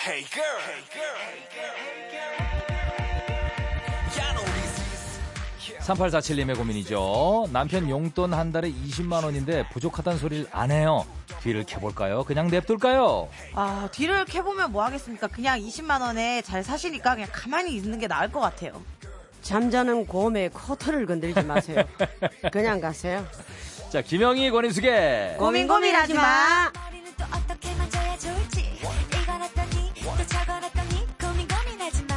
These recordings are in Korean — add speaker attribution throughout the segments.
Speaker 1: Hey girl. Hey girl. 야, 너 우리
Speaker 2: 3847님의 고민이죠. 남편 용돈 한 달에 20만 원인데 부족하단 소리를 안 해요. 뒤를 캐볼까요? 그냥 냅둘까요?
Speaker 3: 아, 뒤를 캐보면 뭐 하겠습니까? 그냥 20만원에 잘 사시니까 그냥 가만히 있는 게 나을 것 같아요.
Speaker 4: 잠자는 곰의 코털을 건들지 마세요. 그냥 가세요.
Speaker 2: 자, 김영희 권인숙의
Speaker 3: 고민 고민하지 마.
Speaker 5: 머리는 또 어떻게 만져야 좋을지 이건 어떠니 또 저건 어떠니 고민 고민하지 마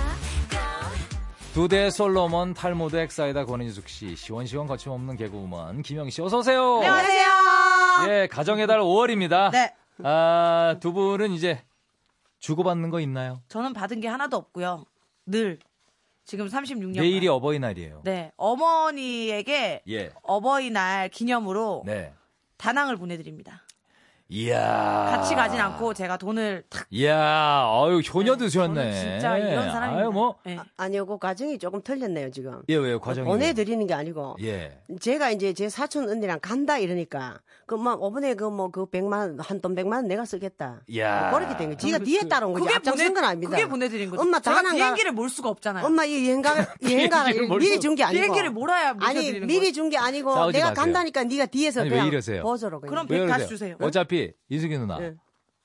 Speaker 2: 두
Speaker 5: Go
Speaker 2: 대 솔로몬 탈모드 엑사이다 권인숙 씨 시원시원 거침없는 개그우먼 김영희 씨 어서 오세요.
Speaker 3: 안녕하세요.
Speaker 2: 예, 가정의 달 5월입니다.
Speaker 3: 네.
Speaker 2: 아, 두 분은 이제 주고받는 거 있나요?
Speaker 3: 저는 받은 게 하나도 없고요. 늘. 지금 36년.
Speaker 2: 내일이 어버이날이에요.
Speaker 3: 네. 어머니에게
Speaker 2: 예.
Speaker 3: 어버이날 기념으로
Speaker 2: 네.
Speaker 3: 다낭을 보내드립니다.
Speaker 2: 이야. 아.
Speaker 3: 같이 가진 않고 제가 돈을 탁.
Speaker 2: 이야, 아유, 효녀
Speaker 3: 네,
Speaker 2: 드셨네.
Speaker 3: 저는 진짜 이런 사람입니다.
Speaker 2: 아유, 뭐.
Speaker 3: 네.
Speaker 4: 아니요, 그 과정이 조금 틀렸네요, 지금.
Speaker 2: 예, 왜요, 과정이.
Speaker 3: 어,
Speaker 4: 보내드리는 게 아니고.
Speaker 2: 예.
Speaker 4: 제가 이제 제 사촌 언니랑 간다 이러니까 그막 5분에 그 뭐 그 100만 원, 한돈 100만 원 내가 쓰겠다.
Speaker 2: 야.
Speaker 4: 뭐 그렇게 된 거지. 지가
Speaker 2: 그럼
Speaker 4: 뒤에 따라온 거지. 앞장선 뭐 건 아닙니다.
Speaker 3: 그게 보내드린 거죠.
Speaker 4: 엄마
Speaker 3: 제가
Speaker 4: 다낭가
Speaker 3: 비행기를 몰 수가 없잖아요.
Speaker 4: 엄마 이 여행가 여행가가
Speaker 2: 비행기를 뭘
Speaker 4: 미리
Speaker 2: 써-
Speaker 4: 준 게 아니고
Speaker 3: 비행기를 몰아야
Speaker 4: 아니
Speaker 3: 모셔드리는
Speaker 4: 미리 준 게 아니고
Speaker 2: 싸우지
Speaker 4: 내가
Speaker 2: 마세요.
Speaker 4: 간다니까 네가 뒤에서
Speaker 2: 아니, 왜
Speaker 4: 그냥
Speaker 2: 이러세요?
Speaker 4: 보조로 그냥.
Speaker 3: 그럼
Speaker 2: 왜 그러세요?
Speaker 3: 백 어, 네, 다시 주세요. 네.
Speaker 2: 어차피 이수기 누나
Speaker 4: 예.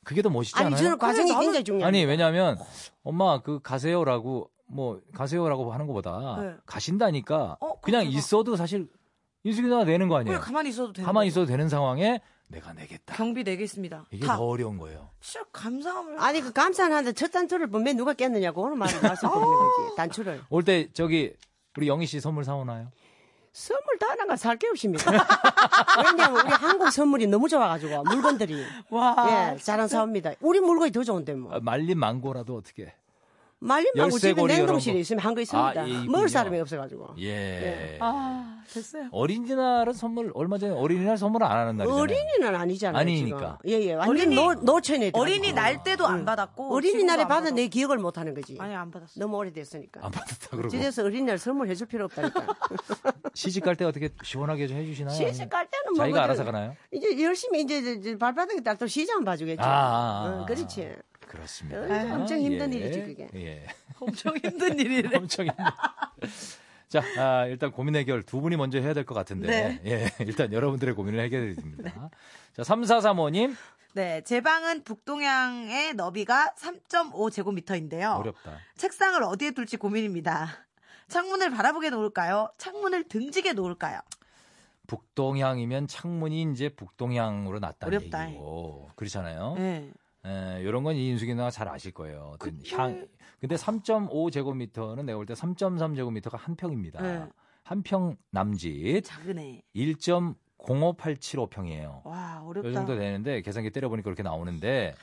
Speaker 2: 그게 더 멋있지
Speaker 4: 아니
Speaker 2: 않아요?
Speaker 4: 저는 과정이
Speaker 3: 나는-
Speaker 4: 굉장히 중요해요.
Speaker 2: 아니 왜냐하면 엄마 그 가세요라고 뭐 가세요라고 하는 것보다
Speaker 3: 네.
Speaker 2: 가신다니까
Speaker 3: 어,
Speaker 2: 그냥
Speaker 3: 그렇구나.
Speaker 2: 있어도 사실 이수기 누나 내는 거
Speaker 3: 그냥
Speaker 2: 아니에요?
Speaker 3: 가만히 있어도 돼요.
Speaker 2: 네. 가만히 있어도 되는 상황에 내가 내겠다.
Speaker 3: 경비 내겠습니다.
Speaker 2: 이게
Speaker 3: 다.
Speaker 2: 더 어려운 거예요.
Speaker 3: 진짜 감사함을.
Speaker 4: 아니 그 감사하는데 첫 단추를 보면 누가 깼느냐고 오늘 말 말씀드리는
Speaker 3: 어.
Speaker 4: 거지 단추를
Speaker 2: 올 때 저기 우리 영희 씨 선물 사오나요?
Speaker 4: 선물 다나가 살 게 없습니다. 왜냐면 우리 한국 선물이 너무 좋아가지고 물건들이
Speaker 3: 와.
Speaker 4: 예 잘한 사옵니다. 우리 물건이 더 좋은데 뭐
Speaker 2: 아, 말린 망고라도 어떻게?
Speaker 4: 말린 망고
Speaker 2: 열쇠
Speaker 4: 집에
Speaker 2: 고리 이런
Speaker 4: 냉동실에
Speaker 2: 거.
Speaker 4: 있으면 한 거 있습니다.
Speaker 2: 아, 예, 있군요.
Speaker 4: 먹을 사람이 없어가지고
Speaker 2: 예.
Speaker 3: 아, 됐어요.
Speaker 2: 어린이날은 선물 얼마 전에 어린이날 선물 안 하는 날이잖아요.
Speaker 4: 어린이는 아니잖아요.
Speaker 2: 아니니까.
Speaker 4: 예예 완전
Speaker 3: 어린이-
Speaker 4: 노 노천이
Speaker 3: 어린이 날 때도 안 받았고.
Speaker 4: 아. 어린이날에 네.
Speaker 3: 지금도 안
Speaker 4: 받은 내 기억을 못 하는 거지.
Speaker 3: 받았고. 아니, 안 받았어.
Speaker 4: 너무 오래됐으니까.
Speaker 2: 안 받았다 그러고
Speaker 4: 집에서 어린이날 선물해 줄 필요 없다니까.
Speaker 2: 시집 갈 때 어떻게 시원하게 좀 해주시나요?
Speaker 4: 시집 갈 때는
Speaker 2: 아니면
Speaker 4: 뭐
Speaker 2: 자기가
Speaker 4: 그래도-
Speaker 2: 알아서 가나요?
Speaker 4: 이제 열심히 이제, 이제, 이제 발바닥에 따라 또 시장 봐주겠죠.
Speaker 2: 아, 아, 아.
Speaker 4: 어, 그렇지.
Speaker 2: 그렇습니다.
Speaker 4: 어, 엄청 힘든
Speaker 2: 예.
Speaker 4: 일이지, 그게.
Speaker 2: 예.
Speaker 3: 엄청 힘든 일이래.
Speaker 2: 엄청 힘든. 자, 아, 일단 고민 해결 두 분이 먼저 해야 될 것 같은데.
Speaker 4: 네.
Speaker 2: 예. 일단 여러분들의 고민을 해결해 드립니다. 자, 3435님.
Speaker 3: 네, 제 방은 북동향의 너비가 3.5제곱미터인데요.
Speaker 2: 어렵다.
Speaker 3: 책상을 어디에 둘지 고민입니다. 창문을 바라보게 놓을까요? 창문을 등지게 놓을까요?
Speaker 2: 북동향이면 창문이 이제 북동향으로 났다는
Speaker 3: 어렵다.
Speaker 2: 얘기고. 그렇잖아요.
Speaker 3: 네.
Speaker 2: 예, 이런 건 이인숙이 누나가 잘 아실 거예요. 어떤 향. 근데 3.5 제곱미터는 내가 볼 때 3.3 제곱미터가 한 평입니다.
Speaker 3: 네.
Speaker 2: 한 평 남짓
Speaker 3: 작은애.
Speaker 2: 1.05875평이에요.
Speaker 3: 와,
Speaker 2: 요
Speaker 3: 어렵다.
Speaker 2: 정도 되는데 계산기 때려보니까 그렇게 나오는데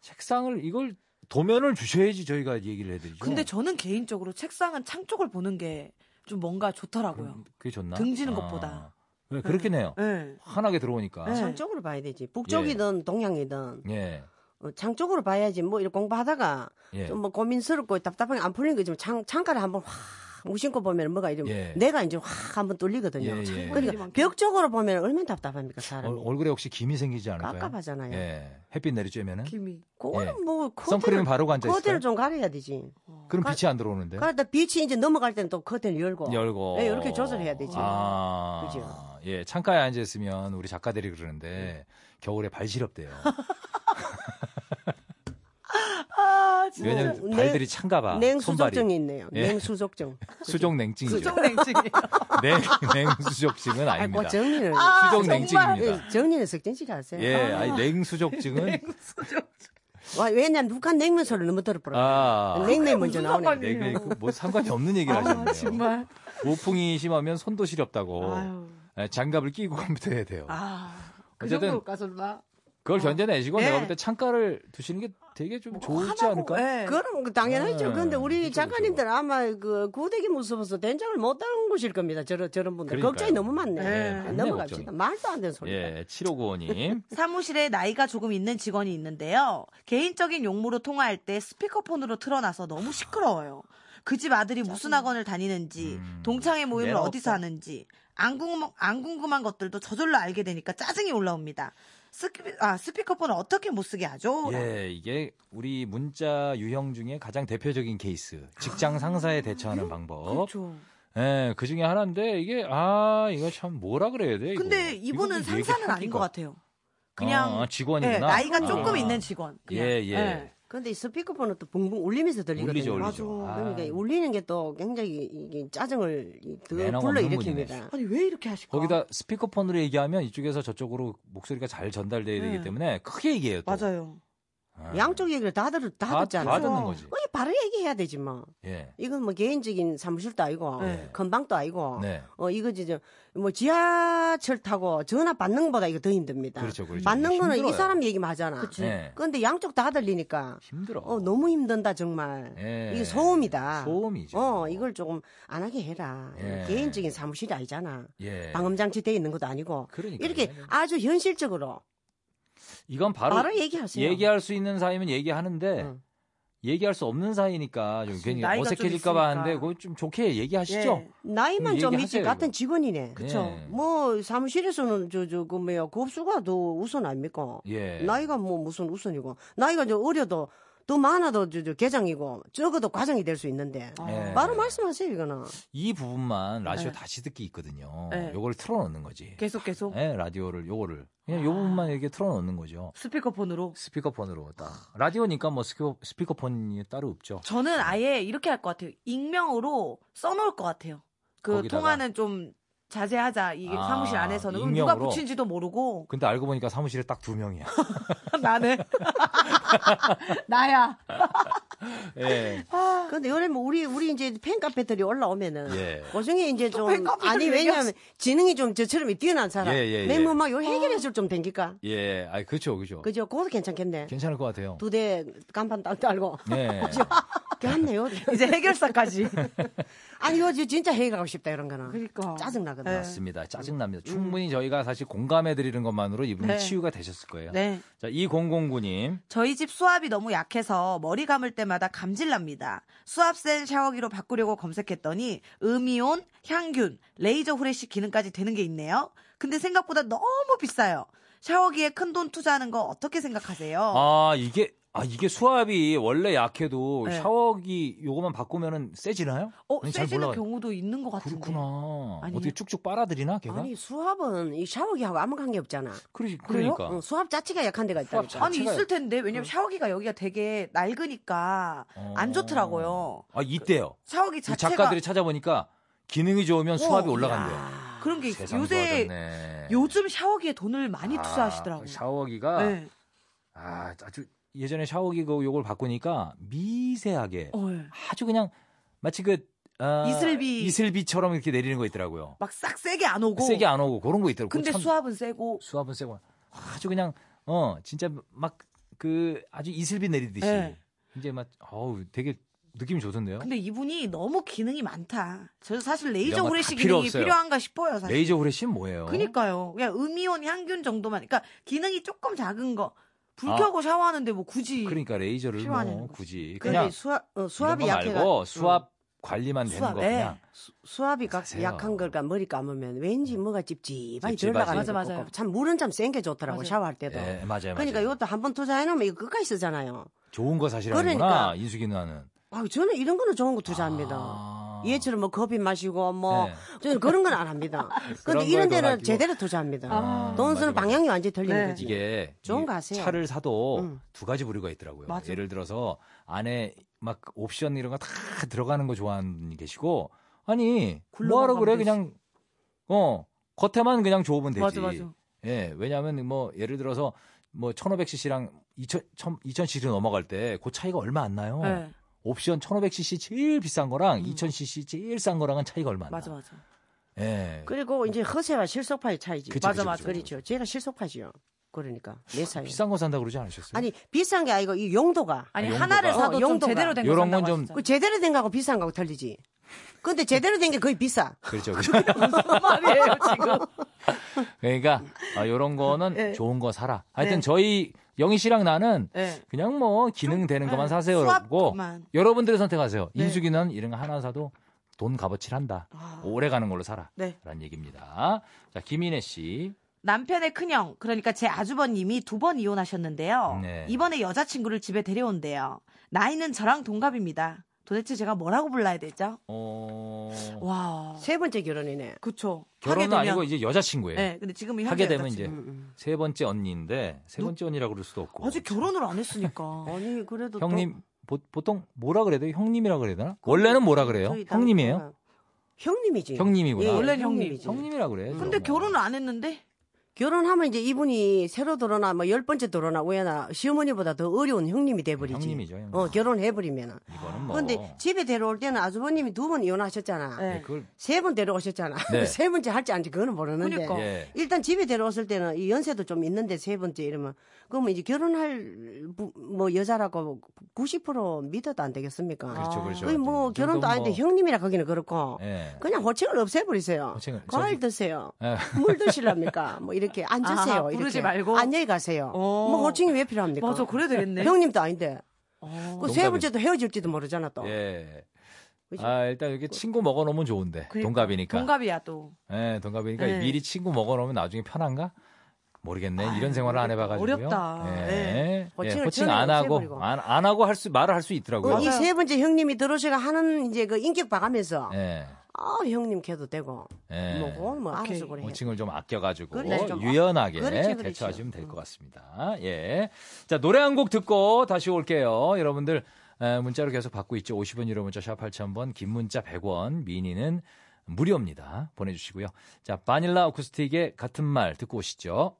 Speaker 2: 책상을 이걸 도면을 주셔야지 저희가 얘기를 해드리죠.
Speaker 3: 근데 저는 개인적으로 책상은 창 쪽을 보는 게 좀 뭔가 좋더라고요.
Speaker 2: 음, 그게 좋나? 아,
Speaker 3: 등지는 것보다.
Speaker 2: 네, 그렇긴 해요.
Speaker 3: 네.
Speaker 2: 환하게 들어오니까.
Speaker 3: 네.
Speaker 4: 창 아, 쪽으로 봐야 되지. 북쪽이든 동양이든
Speaker 2: 예.
Speaker 4: 어, 창 쪽으로 봐야지. 뭐 이렇게 공부하다가
Speaker 2: 예.
Speaker 4: 좀 뭐 고민스럽고 답답한 게 안 풀린 거지만 창 창가를 한번 확 무심코 보면 뭐가 이러면
Speaker 2: 예.
Speaker 4: 내가 이제 확 한번 뚫리거든요.
Speaker 2: 예, 예.
Speaker 4: 그러니까 벽 쪽으로 보면 얼마나 답답합니까 사람.
Speaker 2: 얼-
Speaker 4: 이
Speaker 2: 얼굴에 혹시 김이 생기지 않을까요?
Speaker 4: 깝깝하잖아요.
Speaker 2: 예. 햇빛 내리쬐면은
Speaker 3: 김이.
Speaker 4: 그거는 뭐
Speaker 2: 선크림
Speaker 4: 커튼을
Speaker 2: 바르고 앉아 있어요.
Speaker 4: 커튼을 좀 가려야 되지.
Speaker 2: 그럼 빛이 안 들어오는데.
Speaker 4: 그러다 빛이 이제 넘어갈 때는 또 커튼 열고.
Speaker 2: 열고.
Speaker 4: 예, 이렇게 조절해야 되지.
Speaker 2: 아.
Speaker 4: 그죠?
Speaker 2: 예, 창가에 앉아 있으면 우리 작가들이 그러는데 겨울에 발 시렵대요.
Speaker 3: 아, 진짜.
Speaker 2: 왜냐면
Speaker 4: 네. 냉-
Speaker 2: 발들이 찬가 봐. 손발이.
Speaker 4: 냉수족증이 있네요. 어,
Speaker 2: 예.
Speaker 4: 냉수족증.
Speaker 2: 수족 냉증이죠.
Speaker 3: 수정냉증이에요.
Speaker 2: 냉, 냉수족증은 아닙니다.
Speaker 4: 아이고 정리를
Speaker 2: 수족
Speaker 4: 예,
Speaker 2: 냉증입니다.
Speaker 4: 정리는 석진씨 가세요.
Speaker 2: 예, 아니 냉수족증은
Speaker 4: 와, 왜냐면 북한 냉면 소리 너무 들어버려.
Speaker 2: 아.
Speaker 4: 냉면 아, 먼저 나오네.
Speaker 2: 냉- 냉- 뭐 상관이 없는 얘기를 하시네요.
Speaker 3: 뭐.
Speaker 2: 정말. 오풍이 심하면 손도 시렵다고.
Speaker 3: 어.
Speaker 2: 예, 장갑을 끼고 컴퓨터해야 돼요.
Speaker 3: 아, 그
Speaker 2: 어쨌든
Speaker 3: 정도일까 설마?
Speaker 2: 그걸 견뎌내시고
Speaker 4: 네.
Speaker 3: 예.
Speaker 2: 내가 볼 때 창가를 두시는 게 되게 좀
Speaker 4: 뭐
Speaker 2: 좋지 않을까?
Speaker 3: 예.
Speaker 4: 그럼 당연하죠.
Speaker 2: 네,
Speaker 4: 근데 우리
Speaker 2: 그죠,
Speaker 4: 작가님들 아마 그 구데기 무서워서 된장을 못 따는 곳일 겁니다. 저런 저런 분들
Speaker 2: 그러니까요.
Speaker 4: 걱정이 너무 많네.
Speaker 2: 예, 많네요,
Speaker 4: 넘어갑시다.
Speaker 2: 걱정이.
Speaker 4: 말도 안 되는 소리.
Speaker 2: 예, 7595님.
Speaker 3: 사무실에 나이가 조금 있는 직원이 있는데요. 개인적인 용무로 통화할 때 스피커폰으로 틀어놔서 너무 시끄러워요. 그 집 아들이 무슨 학원을 다니는지, 동창회 모임을
Speaker 2: 내가
Speaker 3: 어디서 하는지, 안 궁금- 안 궁금한 것들도 저절로 알게 되니까 짜증이 올라옵니다. 스피, 아, 스피커폰을 어떻게 못 쓰게 하죠?
Speaker 2: 예, 이게 우리 문자 유형 중에 가장 대표적인 케이스. 직장 상사에 대처하는 방법.
Speaker 3: 그렇죠.
Speaker 2: 예, 그 중에 하나인데 이게 아, 이거 참 뭐라 그래야 돼? 이거.
Speaker 3: 근데 이분은
Speaker 2: 이거 좀 얘기하기가.
Speaker 3: 상사는 아닌 것 같아요. 그냥
Speaker 2: 아, 직원이구나.
Speaker 3: 예, 나이가
Speaker 2: 아.
Speaker 3: 조금 있는 직원. 그냥.
Speaker 2: 예, 예.
Speaker 4: 근데 이 스피커폰은 또 붕붕 울리면서 들리거든요.
Speaker 2: 울리죠, 울리죠.
Speaker 4: 맞아.
Speaker 2: 아.
Speaker 4: 그러니까 울리는 게 또 굉장히 이게 짜증을 이- 더
Speaker 2: 매너가
Speaker 4: 불러
Speaker 2: 없는 분이네.
Speaker 4: 일으킵니다.
Speaker 3: 아니 왜 이렇게 하실까?
Speaker 2: 거기다 스피커폰으로 얘기하면 이쪽에서 저쪽으로 목소리가 잘 전달돼야 되기
Speaker 3: 네.
Speaker 2: 때문에 크게 얘기해요. 또.
Speaker 3: 맞아요.
Speaker 2: 아.
Speaker 4: 양쪽 얘기를 다 들, 다
Speaker 2: 다,
Speaker 4: 듣잖아요.
Speaker 2: 다 듣는 거지.
Speaker 3: 그렇죠.
Speaker 4: 그냥 바로 얘기해야 되지 뭐.
Speaker 2: 예.
Speaker 4: 이건 뭐 개인적인 사무실도 아니고
Speaker 3: 예.
Speaker 2: 네.
Speaker 4: 건방도 아니고
Speaker 2: 네.
Speaker 4: 어 이거지 저뭐 지하철 타고 전화 받는 것보다 이거 더 힘듭니다.
Speaker 2: 그렇죠, 그렇죠.
Speaker 4: 받는 거는 이
Speaker 2: 힘들어요.
Speaker 4: 사람 얘기만 하잖아.
Speaker 2: 네.
Speaker 4: 그런데 양쪽 다 들리니까
Speaker 2: 힘들어.
Speaker 4: 어 너무 힘든다 정말.
Speaker 2: 예.
Speaker 4: 이게 소음이다.
Speaker 2: 소음이죠.
Speaker 4: 어 이걸 조금 안 하게 해라.
Speaker 2: 예.
Speaker 4: 개인적인 사무실이 아니잖아.
Speaker 2: 예.
Speaker 4: 방음 장치 돼 있는 것도 아니고.
Speaker 2: 그러니까요.
Speaker 4: 이렇게 아주 현실적으로
Speaker 2: 이건 바로,
Speaker 4: 바로, 얘기하세요.
Speaker 2: 얘기할 수 있는 사이면 얘기하는데
Speaker 4: 응.
Speaker 2: 얘기할 수 없는 사이니까 좀 괜히
Speaker 3: 나이가 좀
Speaker 2: 어색해질까봐
Speaker 3: 있으니까.
Speaker 2: 하는데 그거 좀 좋게 얘기하시죠.
Speaker 3: 예.
Speaker 4: 나이만
Speaker 2: 음,
Speaker 4: 좀
Speaker 2: 얘기하세요,
Speaker 4: 있지
Speaker 2: 이거.
Speaker 4: 같은 직원이네.
Speaker 2: 그쵸. 예.
Speaker 4: 뭐 사무실에서는 저저그 뭐야 급수가 더 우선 아닙니까?
Speaker 2: 예.
Speaker 4: 나이가 뭐 무슨 우선이고 나이가 저 어려도 더 많아도 저, 저 계장이고 적어도 과장이 될 수 있는데
Speaker 2: 예.
Speaker 4: 바로 말씀하세요 이거는.
Speaker 2: 이 부분만 라디오
Speaker 4: 예.
Speaker 3: 네.
Speaker 2: 다시 듣기 있거든요.
Speaker 3: 네.
Speaker 2: 요걸 틀어놓는 거지.
Speaker 3: 계속 계속
Speaker 2: 예, 라디오를 요거를 그냥 요
Speaker 4: 아.
Speaker 2: 부분만 이렇게 틀어놓는 거죠.
Speaker 3: 스피커폰으로.
Speaker 2: 스피커폰으로 딱 라디오니까 뭐 스피커, 스피커폰이 따로 없죠.
Speaker 3: 저는 아예 이렇게 할 것 같아요. 익명으로 써놓을 것 같아요. 그
Speaker 2: 거기다가?
Speaker 3: 통화는 좀 자제하자. 이게
Speaker 2: 아,
Speaker 3: 사무실 안에서는 그럼 누가
Speaker 2: 익명으로?
Speaker 3: 붙인지도 모르고
Speaker 2: 근데 알고 보니까 사무실에 딱 두 명이야.
Speaker 3: 나네. 나야.
Speaker 2: 예.
Speaker 4: 근데 요래 뭐 우리 우리 이제 팬카페들이 올라오면은
Speaker 2: 예.
Speaker 4: 고정에 이제 좀
Speaker 3: 팬카페들
Speaker 4: 아니 왜냐하면 지능이 좀 저처럼 뛰어난 사람
Speaker 2: 예, 예, 예.
Speaker 4: 맨몸 뭐, 막요
Speaker 3: 어.
Speaker 4: 해결해 줄좀 댕길까?
Speaker 2: 예. 아, 그렇죠, 그렇죠.
Speaker 4: 그죠? 그것도 괜찮겠네.
Speaker 2: 괜찮을 것 같아요.
Speaker 4: 두 대 간판 딱 달고.
Speaker 2: 예.
Speaker 4: 괜찮네요.
Speaker 3: 이제 해결사까지.
Speaker 2: 그러니까.
Speaker 4: 아니 이거 진짜 해가고 싶다 이런 거는
Speaker 3: 그러니까.
Speaker 4: 짜증
Speaker 3: 네.
Speaker 4: 나거든.
Speaker 2: 맞습니다. 짜증납니다. 충분히 저희가 사실 공감해 드리는 것만으로 이분은
Speaker 3: 음. 네.
Speaker 2: 치유가 되셨을 거예요.
Speaker 3: 네.
Speaker 2: 자, 2009님.
Speaker 3: 저희 집 수압이 너무 약해서 머리 감을 때마다 감질납니다. 수압센 샤워기로 바꾸려고 검색했더니 음이온, 향균, 레이저 후레쉬 기능까지 되는 게 있네요. 근데 생각보다 너무 비싸요. 샤워기에 큰 돈 투자하는 거 어떻게 생각하세요?
Speaker 2: 아, 이게 아, 이게 수압이 원래 약해도
Speaker 3: 네.
Speaker 2: 샤워기 요거만 바꾸면은 세지나요?
Speaker 3: 어,
Speaker 2: 아니, 잘
Speaker 3: 세지는
Speaker 2: 몰라요.
Speaker 3: 경우도 있는 것 같은데.
Speaker 2: 그렇구나.
Speaker 3: 아니에요?
Speaker 2: 어떻게 쭉쭉 빨아들이나 걔가?
Speaker 4: 아니 수압은 이 샤워기하고 아무 관계 없잖아.
Speaker 2: 그러, 그러니까.
Speaker 3: 어.
Speaker 4: 응, 수압 자체가 약한 데가
Speaker 2: 수압
Speaker 4: 있다니까.
Speaker 2: 자체가- 그
Speaker 3: 아니 있을 텐데 왜냐면 샤워기가 여기가 되게 낡으니까 안
Speaker 2: 어.
Speaker 3: 좋더라고요.
Speaker 2: 아, 이때요.
Speaker 3: 샤워기
Speaker 2: 그
Speaker 3: 자체가
Speaker 2: 작가들이 찾아보니까 기능이 좋으면 수압이
Speaker 3: 어,
Speaker 2: 올라간대요.
Speaker 3: 그런 게 있어요.
Speaker 2: 세상
Speaker 3: 요새
Speaker 2: 좋아졌네.
Speaker 3: 요즘 샤워기에 돈을 많이
Speaker 2: 아,
Speaker 3: 투자하시더라고요.
Speaker 2: 샤워기가
Speaker 3: 네.
Speaker 2: 아, 아주 예전에 샤워기 그 요걸 바꾸니까 미세하게
Speaker 3: 어, 예.
Speaker 2: 아주 그냥 마치 그 아,
Speaker 3: 이슬비.
Speaker 2: 이슬비처럼 이렇게 내리는 거 있더라고요.
Speaker 3: 막싹 세게 안 오고
Speaker 2: 세게 안 오고 그런 거 있더라고요.
Speaker 3: 근데
Speaker 2: 참
Speaker 3: 수압은 세고
Speaker 2: 수압은 세고 아주 그냥 어 진짜 막 그 아주 이슬비 내리듯이
Speaker 3: 네.
Speaker 2: 이제 막 어우 되게 느낌이 좋던데요.
Speaker 3: 근데 이분이 너무 기능이 많다. 저도 사실 레이저
Speaker 2: 이런 거다
Speaker 3: 후레쉬
Speaker 2: 필요
Speaker 3: 기능이
Speaker 2: 없어요.
Speaker 3: 필요한가 싶어요. 사실.
Speaker 2: 레이저 후레쉬는 뭐예요?
Speaker 3: 그니까요. 그냥 음이온 향균 정도만. 그러니까 기능이 조금 작은 거. 불 켜고 샤워하는데 뭐 굳이
Speaker 2: 아.
Speaker 3: 그러니까
Speaker 2: 그러니까 레이저를
Speaker 3: 필요하냐는
Speaker 2: 뭐
Speaker 3: 거지.
Speaker 2: 굳이
Speaker 4: 그냥
Speaker 2: 그냥
Speaker 4: 수압 어,
Speaker 2: 수압이
Speaker 4: 수압이
Speaker 2: 이런 거
Speaker 4: 약해가
Speaker 2: 말고 수압 관리만 되는
Speaker 3: 수압,
Speaker 2: 거
Speaker 3: 네.
Speaker 2: 그냥
Speaker 4: 수압이 각,
Speaker 2: 사세요. 음.
Speaker 4: 약한 걸까 머리 감으면 왠지 뭐가
Speaker 2: 찝찝하지.
Speaker 4: 찝찝하게 들어가는
Speaker 3: 맞아,
Speaker 4: 것
Speaker 3: 맞아요.
Speaker 4: 같고 참 물은 참 센 게 좋더라고
Speaker 3: 맞아요.
Speaker 4: 샤워할 때도.
Speaker 2: 예, 맞아요.
Speaker 4: 그러니까
Speaker 2: 맞아요.
Speaker 4: 이것도 한 번 투자해놓으면 이거 끝까지 쓰잖아요.
Speaker 2: 좋은 거 사실 아니구나
Speaker 4: 그러니까.
Speaker 2: 인숙이 누나는
Speaker 4: 아 저는 이런 거는 좋은 거 투자합니다.
Speaker 2: 아.
Speaker 4: 얘처럼 뭐 커피 마시고 뭐
Speaker 2: 네.
Speaker 4: 저는 그런 건 안 합니다.
Speaker 2: 그런
Speaker 4: 근데
Speaker 2: 거에 돈
Speaker 4: 이런 데는
Speaker 2: 아끼고.
Speaker 4: 제대로 투자합니다.
Speaker 2: 아,
Speaker 4: 돈
Speaker 2: 맞아,
Speaker 4: 쓰는
Speaker 2: 맞아.
Speaker 4: 방향이 완전히 틀리는
Speaker 3: 네.
Speaker 4: 거지.
Speaker 2: 이게
Speaker 4: 좋은
Speaker 2: 이
Speaker 4: 거 아세요?
Speaker 2: 차를 사도
Speaker 4: 음.
Speaker 2: 두 가지 부류가 있더라고요.
Speaker 3: 맞아.
Speaker 2: 예를 들어서 안에 막 옵션 이런 거 다 들어가는 거 좋아하는 분이 계시고 아니 뭐하러
Speaker 3: 굴러가면
Speaker 2: 그래
Speaker 3: 되지.
Speaker 2: 그냥 어 겉에만 그냥 좋으면 되지.
Speaker 3: 맞아 맞아.
Speaker 2: 예, 왜냐하면 뭐 예를 들어서 뭐 1,500cc랑 2,000 2,000cc 로 넘어갈 때 그 차이가 얼마 안 나요.
Speaker 3: 네. 음.
Speaker 2: 옵션 1,500cc 제일 비싼 거랑 2,000cc 제일 싼 거랑은 차이가 얼마 안 나.
Speaker 3: 맞아 맞아.
Speaker 2: 예.
Speaker 4: 그리고 이제 허세와 실속파의 차이지.
Speaker 2: 그치, 맞아, 그치, 맞아. 그치.
Speaker 4: 그렇죠. 제가 실속파지요. 그러니까 내 사이.
Speaker 2: 아, 비싼 거 산다 그러지 않으셨어요?
Speaker 4: 아니 비싼 게 아니고 이 용도가
Speaker 3: 아니
Speaker 2: 용도가.
Speaker 3: 하나를 사도
Speaker 4: 어,
Speaker 3: 좀
Speaker 4: 용도가.
Speaker 3: 제대로 된거
Speaker 2: 요런 건
Speaker 3: 산다고
Speaker 2: 좀-
Speaker 3: 하시죠.
Speaker 4: 그 제대로 된 거하고 비싼 거하고 틀리지. 근데 제대로 된 게 거의 비싸.
Speaker 2: 그렇죠. 그렇죠.
Speaker 3: 말이에요 지금.
Speaker 2: 그러니까 아, 요런 거는
Speaker 3: 네.
Speaker 2: 좋은 거 사라. 하여튼
Speaker 3: 네.
Speaker 2: 저희 영희 씨랑 나는
Speaker 4: 예.
Speaker 3: 네.
Speaker 2: 그냥 뭐 기능 되는 것만
Speaker 3: 네,
Speaker 2: 사세요라고
Speaker 3: 수압만.
Speaker 2: 여러분들이 선택하세요.
Speaker 3: 네.
Speaker 2: 인숙이는 이런 거 하나 사도 돈 값어치를 한다. 오래 가는 걸로 사라.
Speaker 3: 아. 네.
Speaker 2: 라는 얘기입니다. 자, 김인혜 씨.
Speaker 3: 남편의 큰형, 그러니까 제 아주버님이 두 번 이혼하셨는데요.
Speaker 2: 네.
Speaker 3: 이번에 여자친구를 집에 데려온대요. 나이는 저랑 동갑입니다. 도대체 제가 뭐라고 불러야 되죠?
Speaker 2: 어...
Speaker 3: 와.
Speaker 4: 세 번째 결혼이네.
Speaker 3: 그쵸.
Speaker 2: 결혼은
Speaker 3: 하게 되면-
Speaker 2: 아니고 이제 여자친구예요.
Speaker 3: 네, 음, 근데 지금 은
Speaker 2: 하게 되면 이제 세 번째 언니인데 세 번째 언니라고 뭐 그럴 수도 없고.
Speaker 3: 아직 결혼을 안 했으니까.
Speaker 4: 아니 그래도 또
Speaker 2: 형님 보, 통 뭐라 그래야 돼요? 형님이라 그래야 되나? 원래는 뭐라 그래요?
Speaker 4: 저희
Speaker 2: 형님이에요?
Speaker 4: 남편이랑. 형님이지.
Speaker 2: 형님이구나.
Speaker 4: 예,
Speaker 3: 원래는
Speaker 4: 형님이지.
Speaker 2: 형님이라 그래.
Speaker 3: 근데 결혼을 안 했는데?
Speaker 4: 결혼하면 이제 이분이 새로 들어나 뭐 열 번째 들어나 우연나 시어머니보다 더 어려운 형님이 돼버리지.
Speaker 2: 형님이죠, 형님.
Speaker 4: 어 결혼해버리면은.
Speaker 2: 이거는 뭐.
Speaker 4: 근데 집에 데려올 때는 아주버님이 두 번 이혼하셨잖아.
Speaker 3: 네.
Speaker 2: 네, 그걸
Speaker 4: 세 번 데려오셨잖아.
Speaker 2: 네.
Speaker 4: 세 번째 할지 안지 그거는 모르는데.
Speaker 3: 그러니까.
Speaker 2: 예.
Speaker 4: 일단 집에 데려왔을 때는 이 연세도 좀 있는데 세 번째 이러면 그러면 이제 결혼할 부- 뭐 여자라고 90% 믿어도 안 되겠습니까?
Speaker 2: 그렇죠, 그렇죠.
Speaker 4: 거의 뭐
Speaker 2: 이 정도면
Speaker 4: 결혼도 아닌데
Speaker 2: 뭐-
Speaker 4: 형님이라 거기는 그렇고
Speaker 2: 예.
Speaker 4: 그냥 호칭을 없애버리세요.
Speaker 2: 호칭을-
Speaker 4: 과일
Speaker 2: 저기-
Speaker 4: 드세요.
Speaker 2: 예.
Speaker 4: 물 드시랍니까? 뭐 이렇게 앉으세요.
Speaker 3: 아하,
Speaker 4: 이렇게
Speaker 3: 부르지 말고?
Speaker 4: 안녕히 가세요.
Speaker 3: 어.
Speaker 4: 뭐 호칭이 왜 필요합니까?
Speaker 3: 맞아, 그래야 되겠네.
Speaker 4: 형님도 아닌데
Speaker 3: 어.
Speaker 4: 그 세
Speaker 2: 농담이지.
Speaker 4: 번째도 헤어질지도 모르잖아 또.
Speaker 2: 예.
Speaker 4: 그죠?
Speaker 2: 아, 일단 이렇게 친구 먹어 놓으면 좋은데.
Speaker 3: 그러니까.
Speaker 2: 동갑이니까.
Speaker 3: 동갑이야, 또.
Speaker 2: 예, 동갑이니까
Speaker 3: 네.
Speaker 2: 미리 친구 먹어 놓으면 나중에 편한가? 모르겠네. 이런 생활을 안 해봐 가지고.
Speaker 3: 어렵다.
Speaker 2: 예. 예.
Speaker 4: 호칭을
Speaker 2: 호칭
Speaker 4: 전혀
Speaker 2: 안 하고
Speaker 4: 없애버리고. 어,
Speaker 2: 안, 안 하고 할 수 말을 할 수 있더라고요.
Speaker 4: 그 이 세 번째 형님이 들어오셔가 하는 이제 그 인격 봐가면서
Speaker 2: 예.
Speaker 4: 아 형님 걔도 되고
Speaker 2: 예.
Speaker 4: 뭐고 뭐 알아서 그래.
Speaker 2: 호칭을 좀 아껴가지고
Speaker 4: 그렇죠, 좀
Speaker 2: 유연하게
Speaker 4: 그렇죠, 그렇죠.
Speaker 2: 대처하시면 될 것 같습니다. 예. 자, 노래 한 곡 듣고 다시 올게요. 여러분들, 에, 문자로 계속 받고 있죠. 50원 유료 문자 샵 8000번, 긴 문자 100원, 미니는 무료입니다. 보내주시고요. 자, 바닐라 어쿠스틱의 같은 말 듣고 오시죠.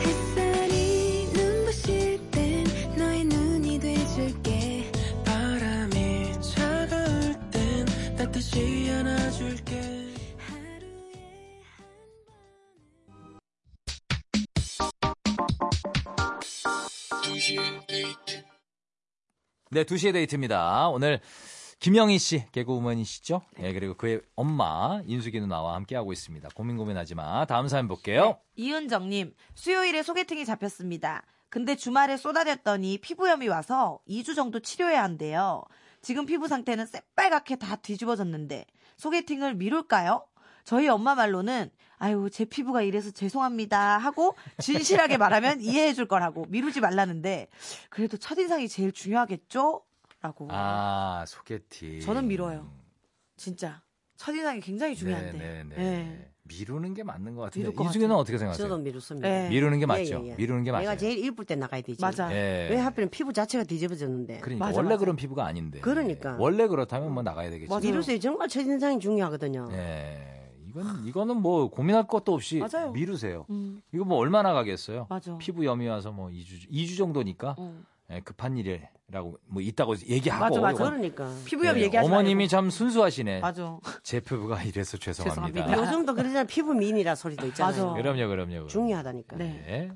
Speaker 5: 햇살이 눈부실 땐 너의 눈이 돼줄게
Speaker 6: 바람이 차가울 땐 따뜻히 안아줄게
Speaker 5: 하루에
Speaker 2: 네, 2시에 데이트입니다. 오늘 김영희 씨, 개그우먼이시죠? 예, 그리고 그의 엄마, 인숙이 누나와 함께하고 있습니다. 고민 고민하지 마. 다음 사연 볼게요.
Speaker 3: 이은정님, 수요일에 소개팅이 잡혔습니다. 근데 주말에 쏟아냈더니 피부염이 와서 2주 정도 치료해야 한대요. 지금 피부 상태는 새빨갛게 다 뒤집어졌는데 소개팅을 미룰까요? 저희 엄마 말로는 아유 제 피부가 이래서 죄송합니다 하고 진실하게 말하면 이해해 줄 거라고 미루지 말라는데 그래도 첫인상이 제일 중요하겠죠? 라고
Speaker 4: 네.
Speaker 2: 아, 소개팅.
Speaker 3: 저는 미뤄요. 진짜 첫인상이 굉장히 중요한데
Speaker 2: 네네네.
Speaker 3: 예.
Speaker 2: 미루는 게 맞는 것 같은데.
Speaker 3: 미룰 것
Speaker 2: 이수기는 어떻게 생각하세요?
Speaker 4: 저도 미루습니다.
Speaker 3: 예.
Speaker 2: 미루는 게
Speaker 4: 예,
Speaker 2: 맞죠.
Speaker 4: 예, 예.
Speaker 2: 미루는 게 맞아요.
Speaker 4: 내가 제일 이쁠 때 나가야 되지.
Speaker 3: 맞아.
Speaker 2: 예.
Speaker 4: 왜 하필이면 피부 자체가 뒤집어졌는데.
Speaker 2: 그러니까
Speaker 3: 맞아,
Speaker 2: 원래
Speaker 3: 맞아.
Speaker 2: 그런 피부가 아닌데.
Speaker 4: 그러니까.
Speaker 2: 원래 그렇다면 뭐 나가야 되겠지.
Speaker 3: 맞아요.
Speaker 4: 미루세요. 정말 첫인상이 중요하거든요.
Speaker 2: 예. 이건 이거는 뭐 고민할 것도 없이
Speaker 3: 맞아요.
Speaker 2: 미루세요.
Speaker 3: 음,
Speaker 2: 이거 뭐 얼마나 가겠어요?
Speaker 3: 맞아.
Speaker 2: 피부염이 와서 뭐 2주 2주 정도니까
Speaker 3: 음.
Speaker 2: 예, 급한 일이라고 뭐 있다고 얘기하고
Speaker 3: 맞아, 맞아.
Speaker 2: 이건-
Speaker 4: 그러니까.
Speaker 3: 피부염
Speaker 2: 예,
Speaker 3: 얘기하지
Speaker 2: 어머님이
Speaker 3: 말고.
Speaker 2: 참 순수하시네.
Speaker 3: 맞아.
Speaker 2: 제 피부가 이래서 죄송합니다.
Speaker 3: 죄송합니다.
Speaker 4: 요즘도 그러잖아. 피부 미인이라 소리도 있잖아요.
Speaker 3: 맞아.
Speaker 2: 그럼요, 그럼요. 그럼요.
Speaker 4: 중요하다니까.
Speaker 3: 네.
Speaker 2: 네.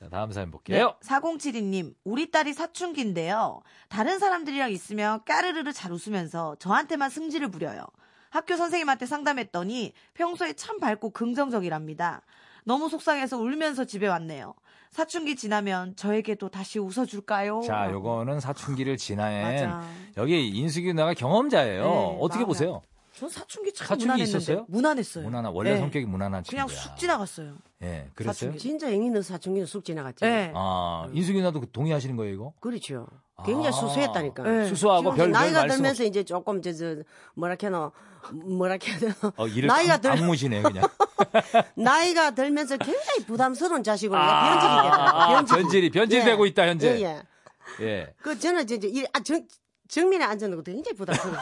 Speaker 2: 자, 다음 사연 볼게요.
Speaker 3: 4072님, 네, 우리 딸이 사춘기인데요. 다른 사람들이랑 있으면 까르르르 잘 웃으면서 저한테만 승질을 부려요. 학교 선생님한테 상담했더니 평소에 참 밝고 긍정적이랍니다. 너무 속상해서 울면서 집에 왔네요. 사춘기 지나면 저에게도 다시 웃어줄까요?
Speaker 2: 자, 요거는 사춘기를 지나엔
Speaker 3: 네. 맞아.
Speaker 2: 여기 인숙이 누나가 경험자예요.
Speaker 3: 네,
Speaker 2: 어떻게
Speaker 3: 마음이
Speaker 2: 보세요?
Speaker 3: 전 사춘기 참
Speaker 2: 사춘기
Speaker 3: 무난했는데.
Speaker 2: 있었어요?
Speaker 3: 무난했어요.
Speaker 2: 무난한 원래
Speaker 3: 네.
Speaker 2: 성격이 무난한 친구야.
Speaker 3: 그냥 쑥 지나갔어요.
Speaker 2: 예, 그랬어요.
Speaker 3: 사춘기.
Speaker 4: 진짜 앵이는 사춘기는 쑥 지나갔지.
Speaker 3: 네.
Speaker 2: 아, 인숙이 누나도 그 동의하시는 거예요, 이거?
Speaker 4: 그렇죠.
Speaker 2: 아.
Speaker 4: 굉장히 수수했다니까.
Speaker 3: 네.
Speaker 2: 수수하고
Speaker 4: 지금
Speaker 2: 별, 별
Speaker 4: 나이가
Speaker 2: 말씀 없이
Speaker 4: 들면서 이제 조금 저, 저 뭐라 캐노 뭐라 캐노
Speaker 2: 어, 이를
Speaker 4: 나이가
Speaker 2: 나이가
Speaker 4: 들
Speaker 2: 안무시네 그냥.
Speaker 4: 나이가 들면서 굉장히 부담스러운 자식으로
Speaker 2: 아,
Speaker 4: 내가
Speaker 2: 변질이
Speaker 4: 변질이 되는
Speaker 2: 변질되고
Speaker 4: 예.
Speaker 2: 있다
Speaker 4: 거
Speaker 2: 현재.
Speaker 4: 예,
Speaker 2: 예.
Speaker 4: 예. 그 저는 이제 이제 이- 아, 정, 정민에 앉아놓은 것도 굉장히 부담스러워.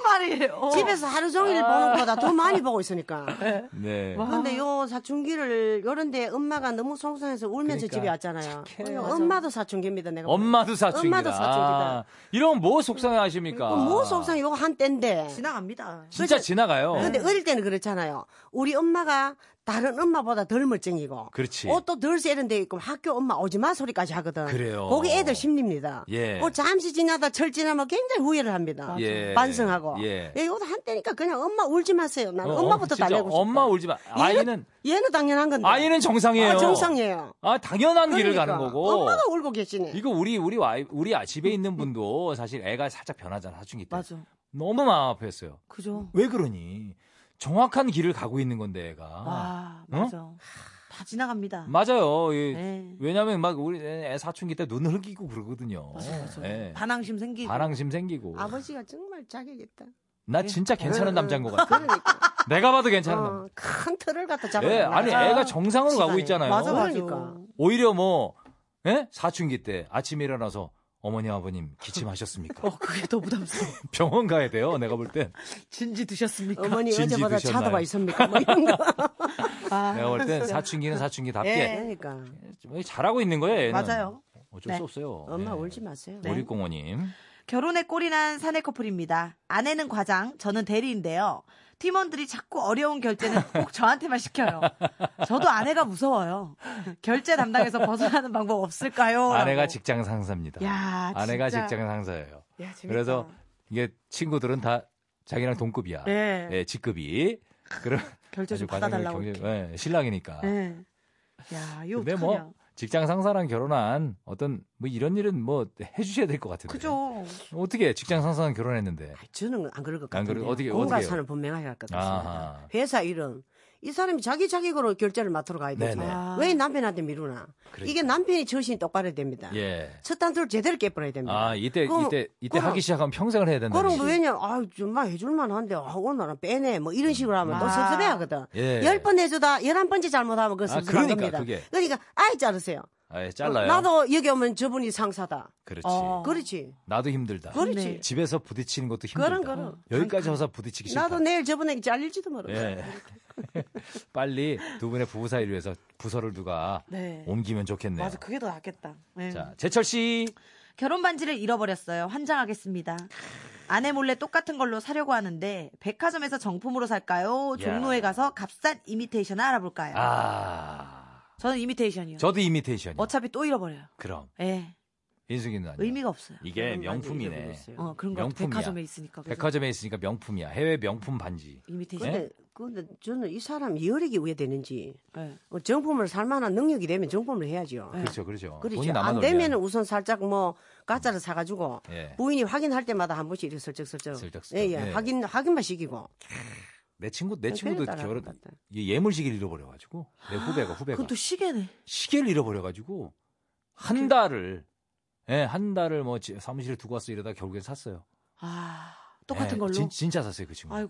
Speaker 3: 말이에요?
Speaker 4: 집에서 하루 종일 보는 것보다 더 많이 보고 있으니까.
Speaker 2: 어. 아. 네.
Speaker 4: 근데 요 사춘기를 요런데 엄마가 너무 송송해서 울면서
Speaker 2: 그러니까,
Speaker 4: 집에 왔잖아요. 어, 엄마도 사춘기입니다 내가.
Speaker 2: 엄마도 사춘기다.
Speaker 4: 엄마도 사춘기다.
Speaker 2: 아, 이러면 뭐 속상해 하십니까?
Speaker 4: 뭐 속상해 요거 한 때인데.
Speaker 3: 지나갑니다.
Speaker 2: 진짜 지나가요.
Speaker 4: 근데 어릴 때는 그렇잖아요. 우리 엄마가 다른 엄마보다 덜 멀쩡이고.
Speaker 2: 그렇지.
Speaker 4: 옷도 덜 세련돼 있고 학교 엄마 오지 마 소리까지 하거든.
Speaker 2: 그래요.
Speaker 4: 거기 애들 심리입니다.
Speaker 2: 예.
Speaker 4: 어, 잠시 지나다 철 지나면 굉장히 후회를 합니다.
Speaker 2: 예.
Speaker 4: 반성하고.
Speaker 2: 예.
Speaker 4: 이것도 한때니까 그냥 엄마 울지 마세요. 나는
Speaker 2: 어,
Speaker 4: 엄마부터
Speaker 2: 진짜
Speaker 4: 달래고 싶다.
Speaker 2: 엄마 울지 마. 아이는-
Speaker 4: 얘는, 얘는 당연한 건데.
Speaker 2: 아이는 정상이에요.
Speaker 4: 아, 정상이에요.
Speaker 2: 아, 당연한 길을
Speaker 4: 그러니까.
Speaker 2: 가는 거고.
Speaker 4: 엄마가 울고 계시네.
Speaker 2: 이거 우리 우리 와이 우리 아- 집에 있는 분도 사실 애가 살짝 변하잖아 사춘기 때.
Speaker 3: 맞아.
Speaker 2: 너무 마음 아파했어요.
Speaker 3: 그죠.
Speaker 2: 왜 그러니? 정확한 길을 가고 있는 건데 애가.
Speaker 3: 와,
Speaker 2: 응?
Speaker 3: 맞아. 다 지나갑니다.
Speaker 2: 맞아요. 이-
Speaker 3: 네.
Speaker 2: 왜냐면 막 우리 애 사춘기 때 눈 흘기고 그러거든요. 예.
Speaker 3: 반항심 생기고.
Speaker 2: 반항심 생기고.
Speaker 4: 아버지가 정말 자기겠다.
Speaker 2: 나 진짜 괜찮은 남자인 것 같아.
Speaker 4: 그러니까.
Speaker 2: 내가 봐도 괜찮은 남자.
Speaker 4: 어, 큰 틀을 갖다 잡아.
Speaker 2: 예, 아니 애가 정상으로 가고
Speaker 4: 시간에.
Speaker 2: 있잖아요.
Speaker 3: 맞아, 맞아.
Speaker 4: 그러니까.
Speaker 2: 오히려 뭐 예? 사춘기 때 아침에 일어나서 어머니 아버님 기침하셨습니까?
Speaker 3: 어, 그게 더 부담스러워.
Speaker 2: 병원 가야 돼요. 내가 볼 땐.
Speaker 3: 진지 드셨습니까?
Speaker 4: 어머니
Speaker 2: 진지
Speaker 4: 어제보다
Speaker 2: 드셨나요?
Speaker 4: 차도 와 있습니까? 뭐 이런 거.
Speaker 3: 아.
Speaker 2: 내가 볼 땐 사춘기는 사춘기답게
Speaker 3: 예.
Speaker 4: 그러니까
Speaker 2: 뭐 잘하고 있는 거예요. 얘는.
Speaker 3: 맞아요.
Speaker 2: 어쩔
Speaker 3: 네.
Speaker 2: 수 없어요.
Speaker 4: 엄마
Speaker 2: 예.
Speaker 4: 울지 마세요.
Speaker 2: 오리공호님.
Speaker 3: 결혼에 꼴이난 사내 커플입니다. 아내는 과장, 저는 대리인데요. 팀원들이 자꾸 어려운 결제는 꼭 저한테만 시켜요. 저도 아내가 무서워요. 결제 담당에서 벗어나는 방법 없을까요?
Speaker 2: 아내가
Speaker 3: 라고.
Speaker 2: 직장 상사입니다.
Speaker 3: 야,
Speaker 2: 아내가
Speaker 3: 진짜.
Speaker 2: 직장 상사예요.
Speaker 3: 야, 재밌다.
Speaker 2: 그래서 이게 친구들은 다 자기랑 동급이야.
Speaker 3: 네.
Speaker 2: 예, 직급이. 그런
Speaker 3: 결제 좀
Speaker 2: 아주 과장이
Speaker 3: 받아달라고.
Speaker 2: 경쟁-
Speaker 3: 이렇게.
Speaker 2: 예, 신랑이니까.
Speaker 3: 예. 야, 이거
Speaker 2: 근데
Speaker 3: 어떡하냐.
Speaker 2: 뭐 직장 상사랑 결혼한 어떤 뭐 이런 일은 뭐 해주셔야 될 것 같은데.
Speaker 3: 그죠.
Speaker 2: 어떻게 직장 상사랑 결혼했는데.
Speaker 4: 저는 안 그럴 것
Speaker 2: 안 그래요?
Speaker 4: 같은데.
Speaker 2: 어떻게-
Speaker 4: 공과사는 분명하게 할 것
Speaker 2: 아하.
Speaker 4: 같습니다. 회사 일은 이 사람이 자기 자격으로 결제를 맡으러 가야 되죠.
Speaker 2: 네네.
Speaker 3: 아.
Speaker 4: 왜 남편한테 미루나?
Speaker 2: 그러니까.
Speaker 4: 이게 남편이 정신이 똑바로 해야 됩니다.
Speaker 2: 예.
Speaker 4: 첫 단추를 제대로 깨버려야 됩니다.
Speaker 2: 아 네, 이때
Speaker 4: 그럼-
Speaker 2: 이때 이때
Speaker 4: 그럼-
Speaker 2: 하기 시작하면 평생을 해야 된다.
Speaker 4: 그런 거 왜냐, 아, 정말 해줄만한데, 아, 오늘은 빼네. 뭐 이런 식으로 하면 또
Speaker 3: 아.
Speaker 4: 섭섭해 하거든.
Speaker 2: 예.
Speaker 4: 열 번 해주다, 열한 번째 잘못하면 그거
Speaker 2: 아,
Speaker 4: 섭섭한
Speaker 2: 그러니까,
Speaker 4: 겁니다.
Speaker 2: 그게.
Speaker 4: 그러니까, 아예 자르세요.
Speaker 2: 아, 예, 잘라요.
Speaker 4: 나도 여기 오면 저분이 상사다.
Speaker 2: 그렇지.
Speaker 3: 어.
Speaker 4: 그렇지.
Speaker 2: 나도 힘들다.
Speaker 4: 그렇지.
Speaker 3: 네.
Speaker 2: 집에서 부딪히는 것도 힘들다.
Speaker 4: 그럼, 그럼.
Speaker 2: 여기까지 와서 부딪히기 싫다.
Speaker 4: 나도 내일 저분에게 잘릴지도 모르고.
Speaker 2: 예. 빨리 두 분의 부부 사이를 위해서 부서를 누가
Speaker 3: 네.
Speaker 2: 옮기면 좋겠네요.
Speaker 3: 맞아, 그게 더 낫겠다. 예.
Speaker 2: 자, 제철 씨.
Speaker 3: 결혼 반지를 잃어버렸어요. 환장하겠습니다. 아내 몰래 똑같은 걸로 사려고 하는데 백화점에서 정품으로 살까요? 종로에 가서 값싼 이미테이션을 알아볼까요?
Speaker 2: 아.
Speaker 3: 저는 이미테이션이요.
Speaker 2: 저도 이미테이션이요.
Speaker 3: 어차피 또 잃어버려요.
Speaker 2: 그럼
Speaker 3: 예.
Speaker 2: 인숙이 누나.
Speaker 3: 의미가 없어요.
Speaker 2: 이게
Speaker 4: 저는 많이
Speaker 2: 명품이네.
Speaker 4: 잃어버렸어요.
Speaker 3: 어, 그런 거
Speaker 2: 명품이야.
Speaker 3: 백화점에 있으니까. 그죠?
Speaker 2: 백화점에 있으니까 명품이야. 해외 명품 반지.
Speaker 3: 이미테이션.
Speaker 4: 근데, 근데 저는 이 사람 여력이 왜 되는지,
Speaker 3: 예.
Speaker 4: 어, 정품을 살 만한 능력이 되면 정품을 해야죠.
Speaker 2: 그렇죠, 그렇죠.
Speaker 4: 그렇지.
Speaker 2: 돈이 남아
Speaker 4: 안
Speaker 2: 돌면
Speaker 4: 되면은 우선 살짝 뭐, 가짜를 사가지고,
Speaker 2: 예.
Speaker 4: 부인이 확인할 때마다 한 번씩 이렇게 슬쩍슬쩍.
Speaker 2: 슬쩍슬쩍.
Speaker 4: 예, 예.
Speaker 2: 예.
Speaker 4: 확인, 확인만 시키고.
Speaker 2: 내 친구 내 친구도
Speaker 4: 따라
Speaker 2: 결혼
Speaker 4: 하는 것 같아.
Speaker 2: 이 예물시계를 잃어버려가지고 내 후배가 후배가
Speaker 3: 그건 또 시계네.
Speaker 2: 시계를 잃어버려가지고
Speaker 3: 그
Speaker 2: 한 달을 예, 한 달을 뭐 지- 사무실에 두고 왔어 이러다 가 결국엔 샀어요.
Speaker 3: 아, 똑같은
Speaker 2: 예,
Speaker 3: 걸로.
Speaker 2: 진, 진짜 샀어요 그 친구. 아유,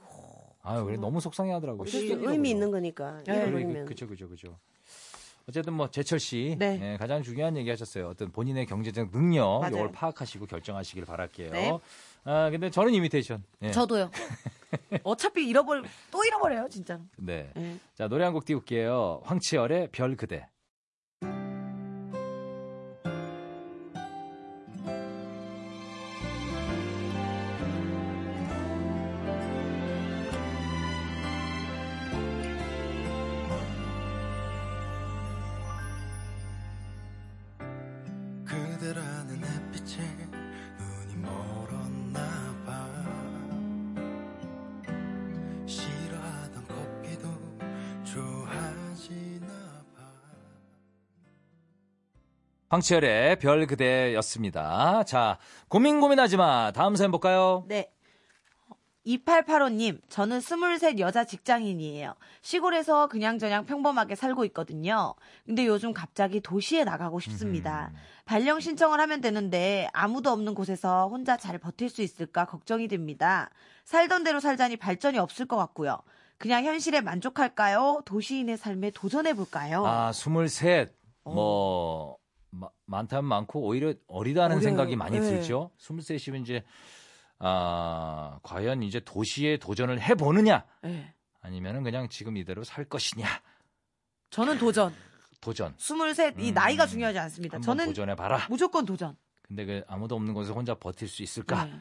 Speaker 3: 아이고.
Speaker 2: 그래 너무 속상해하더라고. 요
Speaker 4: 이게 의미 있는 거니까.
Speaker 3: 예.
Speaker 4: 이런 거면.
Speaker 2: 그렇죠, 그렇죠, 그렇죠. 어쨌든 뭐 제철 씨
Speaker 3: 네.
Speaker 2: 예, 가장 중요한 얘기하셨어요. 어떤 본인의 경제적 능력
Speaker 3: 맞아요.
Speaker 2: 이걸 파악하시고 결정하시길 바랄게요.
Speaker 3: 네.
Speaker 2: 아 근데 저는 이미테이션. 예.
Speaker 3: 저도요. 어차피 잃어버려 또 잃어버려요, 진짜.
Speaker 2: 네.
Speaker 3: 예.
Speaker 2: 자 노래 한 곡 띄울게요. 황치열의 별 그대.
Speaker 6: 그대라는 햇빛에 눈이 멀었나봐 싫어하던 커피도 좋아하지나봐
Speaker 2: 황치열의 별 그대였습니다. 자, 고민 고민하지 마. 다음 사연 볼까요?
Speaker 3: 네. 2885님, 저는 23 여자 직장인이에요. 시골에서 그냥저냥 평범하게 살고 있거든요. 근데
Speaker 2: 음.
Speaker 3: 요즘 갑자기 도시에 나가고 싶습니다. 발령 신청을 하면 되는데 아무도 없는 곳에서 혼자 잘 버틸 수 있을까 걱정이 됩니다. 살던 대로 살자니 발전이 없을 것 같고요. 그냥 현실에 만족할까요? 도시인의 삶에 도전해볼까요?
Speaker 2: 아, 23. 뭐, 마- 많다면 많고, 오히려 어리다는 생각이 많이
Speaker 3: 네.
Speaker 2: 들죠. 23이면 이제, 아, 과연 이제 도시에 도전을 해 보느냐
Speaker 3: 예.
Speaker 2: 아니면은 그냥 지금 이대로 살 것이냐
Speaker 3: 저는 도전.
Speaker 2: 도전.
Speaker 3: 23, 이
Speaker 2: 음.
Speaker 3: 나이가 중요하지 않습니다.
Speaker 2: 한번
Speaker 3: 저는
Speaker 2: 도전해 봐라.
Speaker 3: 무조건 도전.
Speaker 2: 근데 그 아무도 없는 곳에서 혼자 버틸 수 있을까라는
Speaker 3: 네.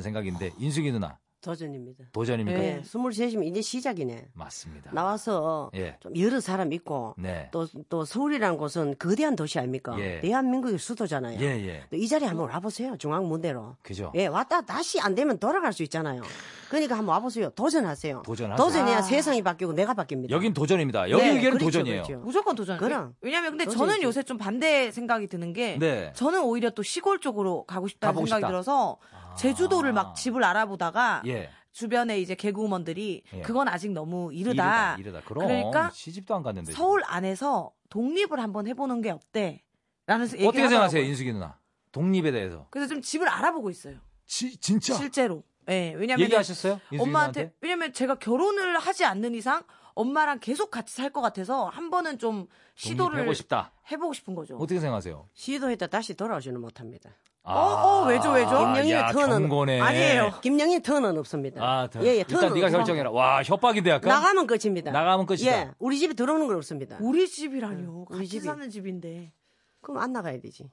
Speaker 2: 생각인데 인숙이 누나
Speaker 4: 도전입니다.
Speaker 2: 도전입니까?
Speaker 3: 네.
Speaker 4: 예, 23이면 이제 시작이네.
Speaker 2: 맞습니다.
Speaker 4: 나와서
Speaker 2: 예.
Speaker 4: 좀 여러 사람 있고
Speaker 2: 네.
Speaker 4: 또, 또 서울이라는 곳은 거대한 도시 아닙니까?
Speaker 2: 예.
Speaker 4: 대한민국의 수도잖아요.
Speaker 2: 예, 예.
Speaker 4: 또 이 자리에 한번 와보세요. 중앙문대로.
Speaker 2: 그죠?
Speaker 4: 예, 왔다 다시 안 되면 돌아갈 수 있잖아요. 그러니까 한번 와보세요. 도전하세요.
Speaker 2: 도전하세요.
Speaker 4: 해야
Speaker 3: 아.
Speaker 4: 세상이 바뀌고 내가 바뀝니다.
Speaker 2: 여긴 도전입니다. 여기
Speaker 4: 네,
Speaker 2: 얘기는
Speaker 4: 그렇죠,
Speaker 2: 도전이에요.
Speaker 4: 그렇죠.
Speaker 3: 무조건 도전.
Speaker 4: 그럼.
Speaker 3: 왜냐면 근데
Speaker 4: 도전이지.
Speaker 3: 저는 요새 좀 반대 생각이 드는 게
Speaker 2: 네.
Speaker 3: 예. 저는 오히려 또 시골 쪽으로 가고 싶다는
Speaker 2: 가보고
Speaker 3: 생각이
Speaker 2: 싶다. 아.
Speaker 3: 들어서 제주도를 막 집을 알아보다가
Speaker 2: 예.
Speaker 3: 주변에 이제 개그우먼들이
Speaker 2: 예.
Speaker 3: 그건 아직 너무
Speaker 2: 이르다.
Speaker 3: 이르다.
Speaker 2: 이르다. 그럼
Speaker 3: 그러니까
Speaker 2: 시집도 안 갔는데.
Speaker 3: 서울 안에서 독립을 한번 해보는 게 어때? 라는 얘기를 뭐
Speaker 2: 어떻게 생각하세요,
Speaker 3: 하더라고요.
Speaker 2: 인숙이 누나? 독립에 대해서.
Speaker 3: 그래서 좀 집을 알아보고 있어요.
Speaker 2: 지, 진짜?
Speaker 3: 실제로. 예, 왜냐면
Speaker 2: 얘기하셨어요? 인숙이
Speaker 3: 엄마한테
Speaker 2: 누나한테?
Speaker 3: 왜냐면 제가 결혼을 하지 않는 이상 엄마랑 계속 같이 살 것 같아서 한 번은 좀 시도를
Speaker 2: 독립하고 싶다.
Speaker 3: 해보고 싶은 거죠.
Speaker 2: 어떻게 생각하세요?
Speaker 4: 시도했다 다시 돌아오지는 못합니다.
Speaker 2: 아,
Speaker 3: 어, 왜죠, 왜죠?
Speaker 4: 김영희의
Speaker 2: 야,
Speaker 4: 턴은
Speaker 2: 경고네.
Speaker 4: 아니에요. 예, 김영희 턴은 없습니다.
Speaker 2: 아, 더-
Speaker 4: 예, 예,
Speaker 2: 일단 네가
Speaker 4: 없어요.
Speaker 2: 결정해라. 와, 협박인데 약간.
Speaker 4: 나가면 끝입니다.
Speaker 2: 나가면 끝이다.
Speaker 4: 예, 우리 집에 들어오는 건 없습니다.
Speaker 3: 우리 집이라뇨.
Speaker 4: 네, 우리
Speaker 3: 같이
Speaker 4: 집이.
Speaker 3: 사는 집인데.
Speaker 4: 그럼 안 나가야 되지.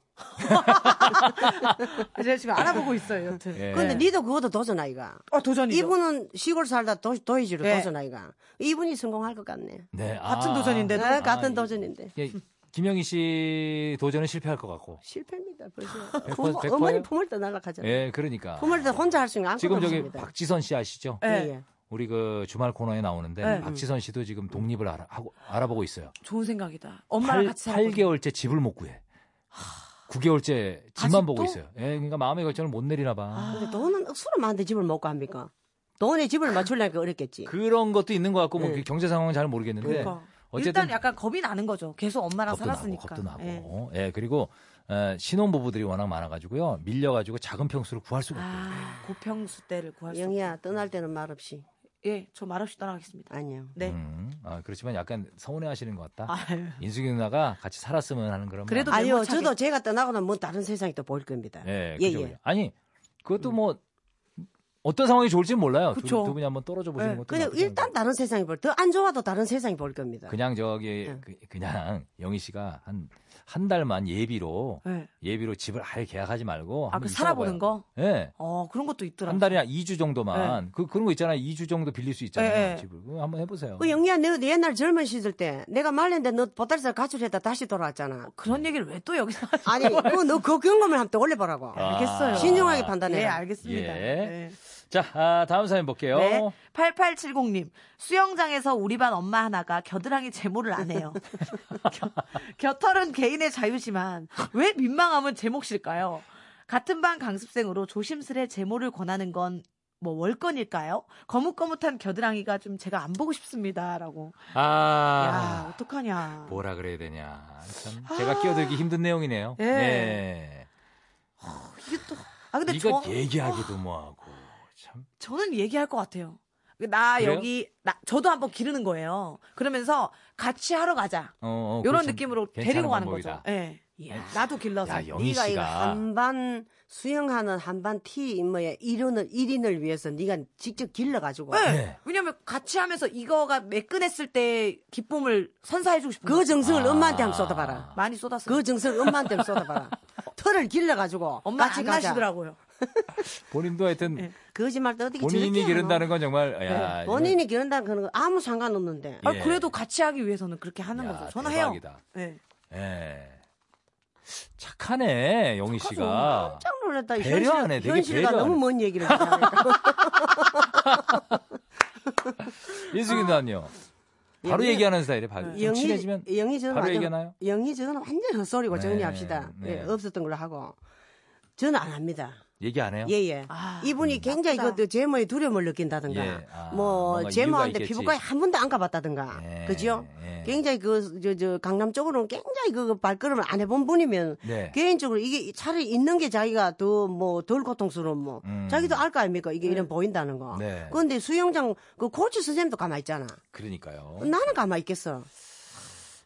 Speaker 3: 제가 지금 알아보고 있어요, 여튼.
Speaker 2: 예.
Speaker 4: 근데 니도 그것도 도전 아이가.
Speaker 3: 어, 도전이죠.
Speaker 4: 이분은 시골 살다 도, 도시로
Speaker 3: 예.
Speaker 4: 도전 아이가. 이분이 성공할 것 같네.
Speaker 2: 네,
Speaker 3: 같은 도전인데.
Speaker 4: 네,
Speaker 3: 그래도-
Speaker 4: 같은
Speaker 2: 아,
Speaker 4: 도전인데.
Speaker 2: 예, 김영희 씨 도전은 실패할 것 같고.
Speaker 4: 실패입니다 벌써.
Speaker 2: 백 퍼-
Speaker 4: 부모-
Speaker 2: 백 퍼예요?
Speaker 4: 어머니 품을 떠나가 가잖아. 요
Speaker 2: 예, 그러니까.
Speaker 4: 품을 떠 혼자 할 수 있는 아무것도
Speaker 2: 지금 저기
Speaker 4: 없습니다.
Speaker 2: 박지선 씨 아시죠?
Speaker 3: 예.
Speaker 4: 예, 예.
Speaker 2: 우리 그 주말 코너에 나오는데
Speaker 3: 네.
Speaker 2: 박지선 씨도 지금 독립을 알아, 하고, 알아보고 있어요.
Speaker 3: 좋은 생각이다. 엄마랑 같이 살고.
Speaker 2: 8, 개월째 집을 못 구해. 9개월째 집만
Speaker 3: 아직도? 아.
Speaker 2: 보고 있어요. 예, 그러니까 마음의 결정을 못 내리나 봐.
Speaker 4: 근데 돈은 억수로 많은데 집을 먹고 합니까? 돈에 집을 맞추려니까 어렵겠지.
Speaker 2: 그런 것도 있는 것 같고 뭐
Speaker 4: 네.
Speaker 2: 그 경제 상황은 잘 모르겠는데
Speaker 3: 예. 그러니까.
Speaker 2: 어쨌든
Speaker 3: 일단 약간 겁이 나는 거죠. 계속 엄마랑
Speaker 2: 겁도 나고
Speaker 3: 살았으니까.
Speaker 2: 겁도 나고
Speaker 3: 예.
Speaker 2: 예, 그리고 에, 신혼 부부들이 워낙 많아가지고요 밀려가지고 작은 평수를 구할 수가 없대요.
Speaker 3: 아, 고평수 때를 구할 수.
Speaker 4: 영희야 떠날 때는 말 없이
Speaker 3: 예, 저 말없이 떠나가겠습니다.
Speaker 4: 안녕.
Speaker 3: 네.
Speaker 2: 음, 아, 그렇지만 약간 서운해하시는 것 같다.
Speaker 3: 아유. 예.
Speaker 2: 인숙이 누나가 같이 살았으면 하는 그런
Speaker 3: 그래도
Speaker 2: 마음.
Speaker 4: 아니요,
Speaker 3: 메모차게.
Speaker 4: 저도 제가 떠나고는 뭐 다른 세상이 또 보일 겁니다.
Speaker 2: 예,
Speaker 4: 예,
Speaker 2: 그죠,
Speaker 4: 예.
Speaker 2: 그죠. 아니 그것도 뭐 어떤 상황이 좋을지는 몰라요. 두,
Speaker 3: 음. 그쵸.
Speaker 2: 두 분이 한번 떨어져 보시는
Speaker 3: 예,
Speaker 2: 것도
Speaker 4: 그냥
Speaker 2: 나쁘지 않을 것
Speaker 4: 일단 다른 세상이 볼, 더 안 좋아도 다른 세상이 볼 겁니다.
Speaker 2: 그냥 저기
Speaker 4: 응.
Speaker 2: 그, 냥 영희 씨가 한 한 달만 예비로
Speaker 3: 예.
Speaker 2: 예비로 집을 아예 계약하지 말고
Speaker 3: 아, 그 살아보는 거?
Speaker 2: 예.
Speaker 3: 어, 그런 것도 있더라.
Speaker 2: 한 달이나 2주 정도만 그 그런 거 있잖아요. 2주 정도 빌릴 수 있잖아요.
Speaker 3: 예, 예.
Speaker 2: 집을 그거 한번 해 보세요.
Speaker 4: 그 영희야, 너 옛날 젊은 시절 때 내가 말렸는데 너 보따리살 가출했다 다시 돌아왔잖아.
Speaker 3: 그런 얘기를 왜 또 여기서 하시
Speaker 4: 아니, 그너그 경험을 한번 또 올려보라고.
Speaker 2: 아.
Speaker 3: 알겠어요.
Speaker 4: 신중하게 판단해.
Speaker 3: 네,
Speaker 4: 라
Speaker 3: 알겠습니다.
Speaker 2: 예.
Speaker 3: 네.
Speaker 2: 자, 아, 다음 사연 볼게요.
Speaker 3: 네. 8870님. 수영장에서 우리 반 엄마 하나가 겨드랑이 제모를 안 해요. 겨- 겨털은 개인의 자유지만 왜 민망함은 제 몫일까요? 같은 반 강습생으로 조심스레 제모를 권하는 건 뭐 월권일까요? 거뭇거뭇한 겨드랑이가 좀 제가 안 보고 싶습니다라고.
Speaker 2: 아.
Speaker 3: 야, 어떡하냐.
Speaker 2: 뭐라 그래야 되냐. 참 제가 끼어들기 힘든 내용이네요.
Speaker 3: 예.
Speaker 2: 네.
Speaker 3: 이게 또 아, 근데
Speaker 2: 이거
Speaker 3: 저,
Speaker 2: 얘기하기도 뭐하고 참.
Speaker 3: 저는 얘기할 것 같아요. 나
Speaker 2: 그래요?
Speaker 3: 여기 나 저도 한번 기르는 거예요. 그러면서 같이 하러 가자.
Speaker 2: 어, 어,
Speaker 3: 이런
Speaker 2: 그렇지.
Speaker 3: 느낌으로
Speaker 2: 괜찮은
Speaker 3: 데리고 가는
Speaker 2: 방법이다. 아,
Speaker 3: 거죠. 예. 나도 길러서. 예.
Speaker 2: 야, 영희
Speaker 4: 네가 이거
Speaker 2: 씨가
Speaker 4: 한반 수영하는 한반 티 임무의 일원을 일인을 위해서 네가 직접 길러가지고
Speaker 3: 네.
Speaker 2: 네.
Speaker 3: 왜냐면 같이 하면서 이거가 매끈했을 때 기쁨을 선사해주고 싶은
Speaker 4: 그
Speaker 3: 거죠.
Speaker 4: 정성을
Speaker 2: 아.
Speaker 4: 엄마한테 한번 쏟아봐라.
Speaker 3: 많이 쏟았어요.
Speaker 4: 그 정성을 엄마한테 한번 쏟아봐라. 털을 길러가지고
Speaker 3: 엄마
Speaker 4: 같이
Speaker 3: 안
Speaker 4: 가자.
Speaker 3: 나시더라고요. 예.
Speaker 2: 본인도 하여튼
Speaker 4: 거짓말 도 어떻게
Speaker 2: 본인이
Speaker 4: 저렇게
Speaker 2: 기른다는 아,
Speaker 4: 하노?
Speaker 2: 건 정말 야,
Speaker 4: 네. 본인이 기른다는 그런 거 아무 상관없는데
Speaker 3: 아,
Speaker 2: 예.
Speaker 3: 그래도 같이 하기 위해서는 그렇게 하는
Speaker 2: 야,
Speaker 3: 거죠. 저는
Speaker 2: 대박이다.
Speaker 3: 해요. 네.
Speaker 2: 예. 착하네, 영희 씨가.
Speaker 4: 깜짝 놀랐다.
Speaker 2: 배려 안 해, 되게
Speaker 4: 현실과
Speaker 2: 배려 안
Speaker 4: 너무
Speaker 2: 해.
Speaker 4: 먼 얘기를 하니까
Speaker 2: 인숙이 누나는요. 바로
Speaker 4: 아. 영희-
Speaker 2: 얘기하는 스타일이에요. 바로. 좀 친해지면
Speaker 4: 영희 저는
Speaker 2: 바로
Speaker 4: 완전-
Speaker 2: 얘기하나요?
Speaker 4: 영희 저는 완전 헛소리고
Speaker 2: 네,
Speaker 4: 정리합시다. 예,
Speaker 2: 네.
Speaker 4: 없었던 걸로 하고 저는 안 합니다.
Speaker 2: 얘기 안 해요?
Speaker 4: 예, 예.
Speaker 3: 아,
Speaker 4: 이분이 굉장히
Speaker 3: 나쁘다.
Speaker 4: 그 제모에 두려움을 느낀다든가,
Speaker 2: 예, 아,
Speaker 4: 뭐,
Speaker 2: 뭔가
Speaker 4: 제모하는데
Speaker 2: 이유가 있겠지.
Speaker 4: 피부과에 한 번도 안 가봤다든가,
Speaker 2: 예,
Speaker 4: 그죠?
Speaker 2: 예.
Speaker 4: 굉장히 그, 저, 저, 강남 쪽으로는 굉장히 그 발걸음을 안 해본 분이면,
Speaker 2: 네.
Speaker 4: 개인적으로 이게 차라리 있는 게 자기가 더 뭐, 덜 고통스러운 뭐,
Speaker 2: 음.
Speaker 4: 자기도 알 거 아닙니까? 이게 이런 보인다는 거.
Speaker 2: 네.
Speaker 4: 그런데 수영장, 그 코치 선생님도 가만히 있잖아.
Speaker 2: 그러니까요.
Speaker 4: 나는 가만히 있겠어.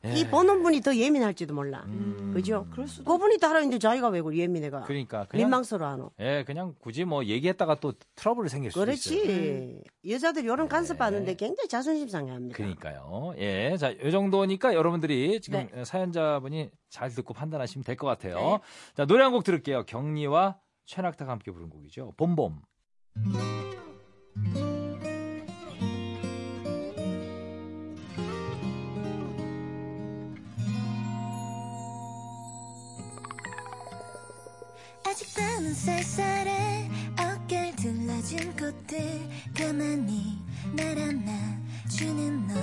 Speaker 2: 예.
Speaker 4: 이 보는 분이 더 예민할지도 몰라. 그죠? 그분이 따로 있는데 자기가 왜 그래, 예민해가.
Speaker 2: 음. 그러니까 그냥
Speaker 4: 민망스러워하노.
Speaker 2: 예, 그냥 굳이 뭐 얘기했다가 또 트러블 생길 수 있어요. 네.
Speaker 4: 그렇지. 여자들 이런 간섭 받는데 굉장히 자존심 상해합니다.
Speaker 2: 그러니까요. 예. 자, 요 정도니까 여러분들이 지금 사연자분이 잘 듣고 판단하시면 될 것 같아요.
Speaker 3: 네.
Speaker 2: 자, 노래 한 곡 들을게요. 경리와 최낙타가 함께 부른 곡이죠. 봄봄.
Speaker 5: 아직 밤은 쌀쌀해 어깨 들러진 꽃들 가만히 날 안아주는 너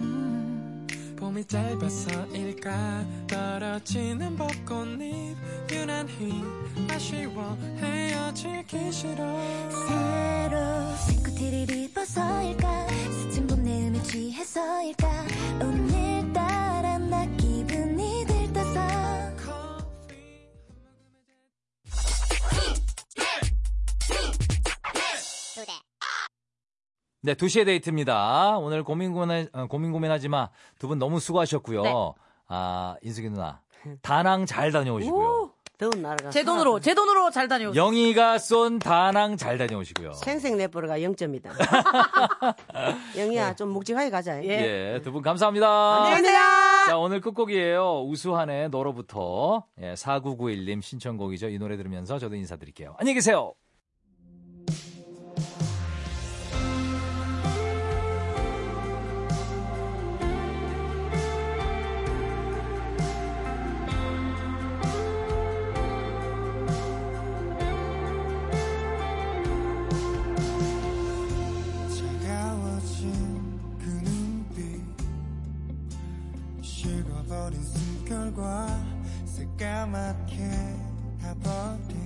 Speaker 5: 음.
Speaker 6: 봄이 짧아서일까 떨어지는 벚꽃잎 유난히 아쉬워 헤어지기 싫어
Speaker 5: 새로 새코티를 입어서일까 스친 봄내음에 취해서일까 오늘따라 나 기분이 들떠서
Speaker 2: 네, 2시에 데이트입니다. 오늘 고민 고민 어, 고민 고민하지 마. 두 분 너무 수고하셨고요.
Speaker 3: 네.
Speaker 2: 아, 인숙이 누나. 다낭 잘 다녀오시고요.
Speaker 4: 더운 나라가.
Speaker 3: 제 돈으로 제 돈으로 잘 다녀오세요.
Speaker 2: 영희가 쏜 다낭 잘 다녀오시고요.
Speaker 4: 생생 내버려가 0점이다. 영희야, 좀 묵직하게 가자.
Speaker 2: 예, 두 분 감사합니다.
Speaker 3: 안녕하세요.
Speaker 2: 자, 오늘 끝곡이에요. 우수한의 너로부터. 예, 4991님 신청곡이죠. 이 노래 들으면서 저도 인사드릴게요. 안녕히 계세요.
Speaker 6: 차가워진 그 눈빛 식어버린 숨결과 새까맣게 타버린